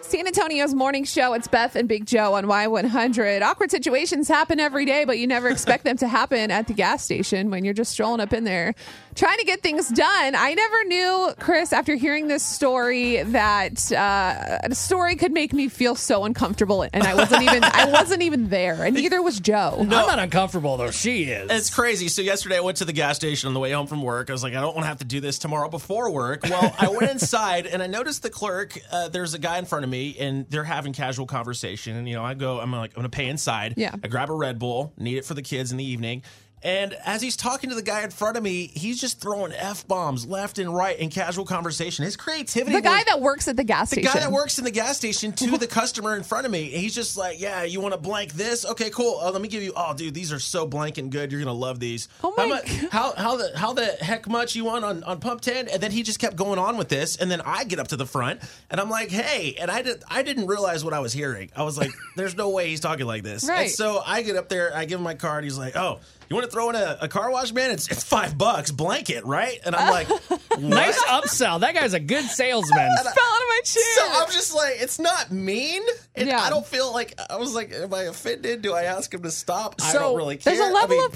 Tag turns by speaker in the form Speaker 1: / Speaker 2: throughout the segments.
Speaker 1: San Antonio's morning show. It's Beth and Big Joe on Y100. Awkward situations happen every day, but you never expect them to happen at the gas station when you're just strolling up in there trying to get things done. I never knew, Chris, after hearing this story, that uh, a story could make me feel so uncomfortable, and I wasn't even I wasn't even there, and neither was Joe.
Speaker 2: I'm not uncomfortable though. She is.
Speaker 3: It's crazy. So yesterday I went to the gas station on the way home from work. I was like, I don't want to have to do this tomorrow before work. Well, I went inside and I noticed the clerk. Uh, there's a guy in front of me, and they're having casual conversation. And you know, I go, I'm like, I'm gonna pay inside.
Speaker 1: Yeah.
Speaker 3: I grab a Red Bull, need it for the kids in the evening. And as he's talking to the guy in front of me, he's just throwing f bombs left and right in casual conversation. His creativity.
Speaker 1: The guy
Speaker 3: was-
Speaker 1: that works at the gas
Speaker 3: the
Speaker 1: station.
Speaker 3: guy that works in the gas station to the customer in front of me. And he's just like, "Yeah, you want to blank this? Okay, cool. Uh, let me give you. Oh, dude, these are so blank and good. You're gonna love these.
Speaker 1: Oh
Speaker 3: how,
Speaker 1: my
Speaker 3: mu- how how the how the heck much you want on on pump ten? And then he just kept going on with this. And then I get up to the front and I'm like, "Hey!" And I did I didn't realize what I was hearing. I was like, "There's no way he's talking like this."
Speaker 1: Right.
Speaker 3: And so I get up there, I give him my card. He's like, "Oh." You want to throw in a, a car wash, man? It's, it's five bucks blanket, right? And I'm like,
Speaker 2: nice upsell. That guy's a good salesman.
Speaker 1: fell out of my chair.
Speaker 3: So I'm just like, it's not mean. And
Speaker 1: Yeah.
Speaker 3: I don't feel like I was like, am I offended? Do I ask him to stop? I
Speaker 1: So
Speaker 3: don't really care.
Speaker 1: there's a
Speaker 3: I
Speaker 1: level
Speaker 3: mean,
Speaker 1: of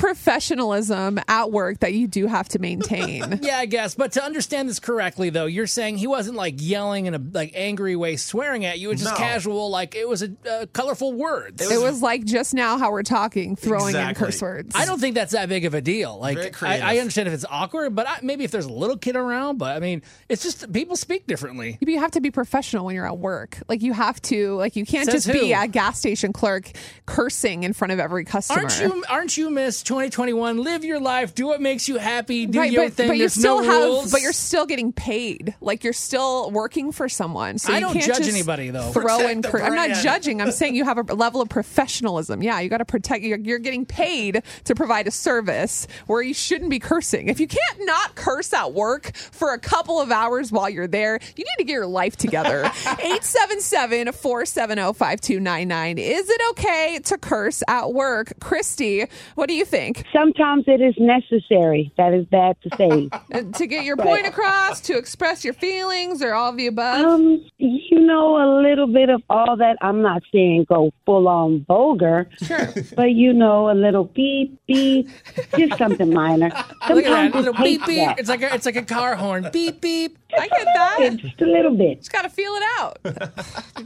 Speaker 1: professionalism at work that you do have to maintain.
Speaker 2: yeah, I guess. But to understand this correctly, though, you're saying he wasn't like yelling in a like angry way, swearing at you. It's just
Speaker 3: No.
Speaker 2: casual. Like it was a uh, colorful words.
Speaker 1: it was like just now how we're talking, throwing in
Speaker 3: Exactly.
Speaker 1: curse words.
Speaker 2: I don't think that's that big of a deal.
Speaker 3: Very
Speaker 2: Like
Speaker 3: creative.
Speaker 2: I, I understand if it's awkward, but I, maybe if there's a little kid around. But I mean, it's just people speak differently.
Speaker 1: But you have to be professional when you're at work. Like you have to, like you can't
Speaker 2: Says
Speaker 1: just be
Speaker 2: who?
Speaker 1: a gas station clerk cursing in front of every customer.
Speaker 2: Aren't you? Aren't you, Miss 2021? Live your life. Do what makes you happy. Do
Speaker 1: right,
Speaker 2: your
Speaker 1: but,
Speaker 2: thing.
Speaker 1: but you
Speaker 2: There's
Speaker 1: still
Speaker 2: no
Speaker 1: have,
Speaker 2: rules.
Speaker 1: but you're still getting paid. Like you're still working for someone. So
Speaker 2: I
Speaker 1: you
Speaker 2: don't
Speaker 1: can't
Speaker 2: judge
Speaker 1: just
Speaker 2: anybody, though.
Speaker 1: Throw
Speaker 3: Protect
Speaker 1: in.
Speaker 3: the
Speaker 1: Cur- I'm not
Speaker 3: brand.
Speaker 1: judging. I'm saying you have a level of professionalism. Yeah, you got to protect. You're, you're getting paid to provide a service where you shouldn't be cursing. If you can't not curse at work for a couple of hours while you're there, you need to get your life together. oh, 877-470-5299. Is it okay to curse at work, Christy? What do you think?
Speaker 4: sometimes it is necessary. That is bad to say.
Speaker 1: And to get your point across, to express your feelings, or all of the above.
Speaker 4: um, you know, a little bit of all that. I'm not saying go full on vulgar,
Speaker 1: Sure.
Speaker 4: but you know, a little beep beep, just something minor.
Speaker 2: Look at
Speaker 4: Sometimes
Speaker 2: that little
Speaker 4: it takes
Speaker 2: beep beep.
Speaker 4: that.
Speaker 2: It's like a, it's like a car horn. Beep beep.
Speaker 1: I get that.
Speaker 4: Just a little bit.
Speaker 1: Just gotta feel it out.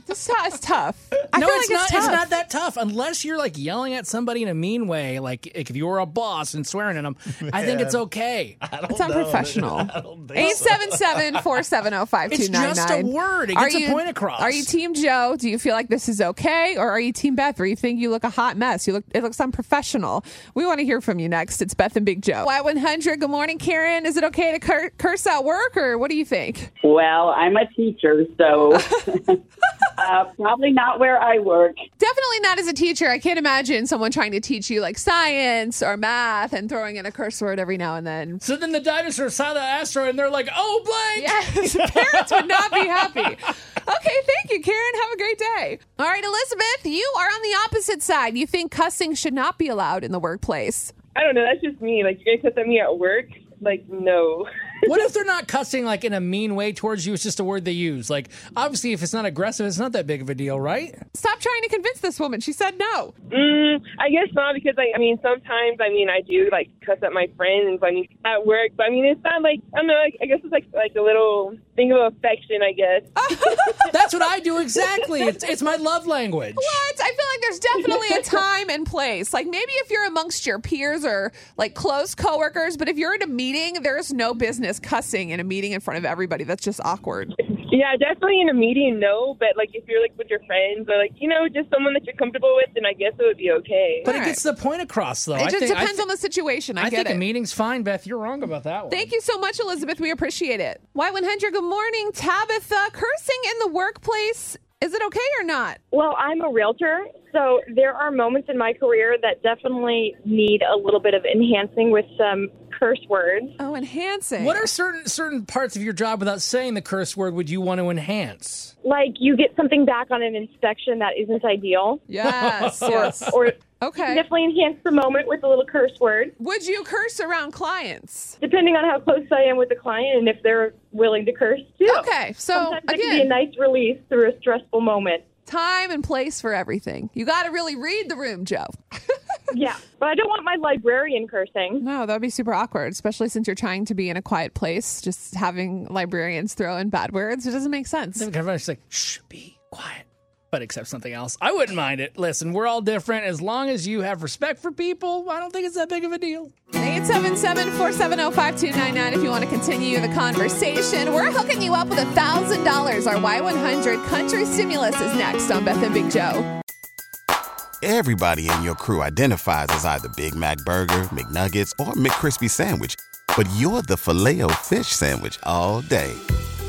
Speaker 1: this t- it's tough. I
Speaker 2: no,
Speaker 1: feel
Speaker 2: it's
Speaker 1: like
Speaker 2: not.
Speaker 1: it's tough.
Speaker 2: not that tough unless you're like yelling at somebody in a mean way, like if you were a boss and swearing at them. I think it's okay.
Speaker 1: It's unprofessional. 877 470
Speaker 2: It's just a word. It gets a point across.
Speaker 1: Are you Team Joe? Do you feel like this is okay? Or are you Team Beth where you think you look a hot mess? You look It looks unprofessional. We want to hear from you next. It's Beth and Big Joe. Y100, good morning, Karen. Is it okay to cur- curse at work or what do you think?
Speaker 5: Well, I'm a teacher, so uh, probably not where I work.
Speaker 1: Definitely not as a teacher. I can't imagine someone trying to teach you like science or math and throwing in a curse word every now and then.
Speaker 2: So then the dinosaurs saw the asteroid and they're like, "Oh, blank."
Speaker 1: Yes, parents would not be happy. Okay, thank you, Karen. Have a great day. All right, Elizabeth, you are on the opposite side. You think cussing should not be allowed in the workplace.
Speaker 6: I don't know. That's just me. Like, you guys cuss at me at work? Like, no.
Speaker 2: What if they're not cussing like in a mean way towards you? It's just a word they use. Like obviously, if it's not aggressive, it's not that big of a deal, right?
Speaker 1: Stop trying to convince this woman. She said no.
Speaker 6: Mm, I guess not because, like, I mean, sometimes, I mean, I do, like, cuss at my friends, I mean, at work. But, I mean, it's not like, I don't know, like, I guess it's like, like a little thing of affection, I guess.
Speaker 2: That's what I do exactly. It's it's my love language.
Speaker 1: But I feel like there's definitely a time and place. Like maybe if you're amongst your peers or like close coworkers, but if you're in a meeting, there's no business cussing in a meeting in front of everybody. That's just awkward.
Speaker 6: yeah, definitely in a meeting, no. But, like, if you're, like, with your friends or, like, you know, just someone that you're comfortable with, then I guess it would be okay.
Speaker 2: But
Speaker 1: All
Speaker 2: it
Speaker 1: right.
Speaker 2: gets the point across, though.
Speaker 1: It
Speaker 2: I
Speaker 1: just
Speaker 2: think, I
Speaker 1: depends
Speaker 2: thi-
Speaker 1: on the situation. I,
Speaker 2: I
Speaker 1: get
Speaker 2: think
Speaker 1: it.
Speaker 2: a meeting's fine, Beth. You're wrong about that one.
Speaker 1: Thank you so much, Elizabeth. We appreciate it. Y100, good morning. Tabitha, cursing in the workplace Is it okay or not?
Speaker 6: Well, I'm a realtor, so there are moments in my career that definitely need a little bit of enhancing with some curse words.
Speaker 1: Oh, enhancing.
Speaker 2: What are certain certain parts of your job without saying the curse word would you want to enhance?
Speaker 6: Like you get something back on an inspection that isn't ideal,
Speaker 1: Yes. yes.
Speaker 6: or
Speaker 1: Okay.
Speaker 6: definitely enhance the moment with a little curse word,
Speaker 1: Would you curse around clients?
Speaker 6: depending on how close I am with the client and if they're willing to curse too.
Speaker 1: Okay. So
Speaker 6: Sometimes it can be a
Speaker 1: again,
Speaker 6: nice release through a stressful moment.
Speaker 1: time and place for everything. You got to really read the room, Joe.
Speaker 6: Yeah, but I don't want my librarian cursing.
Speaker 1: No, that would be super awkward, especially since you're trying to be in a quiet place. Just having librarians throw in bad words, it doesn't make sense.
Speaker 2: Kind of It's like, shh, be quiet, but accept something else. I wouldn't mind it. Listen, we're all different. As long as you have respect for people, I don't think it's that big of a deal.
Speaker 1: 877 470 5299 if you want to continue the conversation. We're hooking you up with $1,000. Our Y100 Country Stimulus is next on Beth and Big Joe.
Speaker 7: Everybody in your crew identifies as either Big Mac Burger, McNuggets, or McCrispy Sandwich. But you're the filet fish Sandwich all day.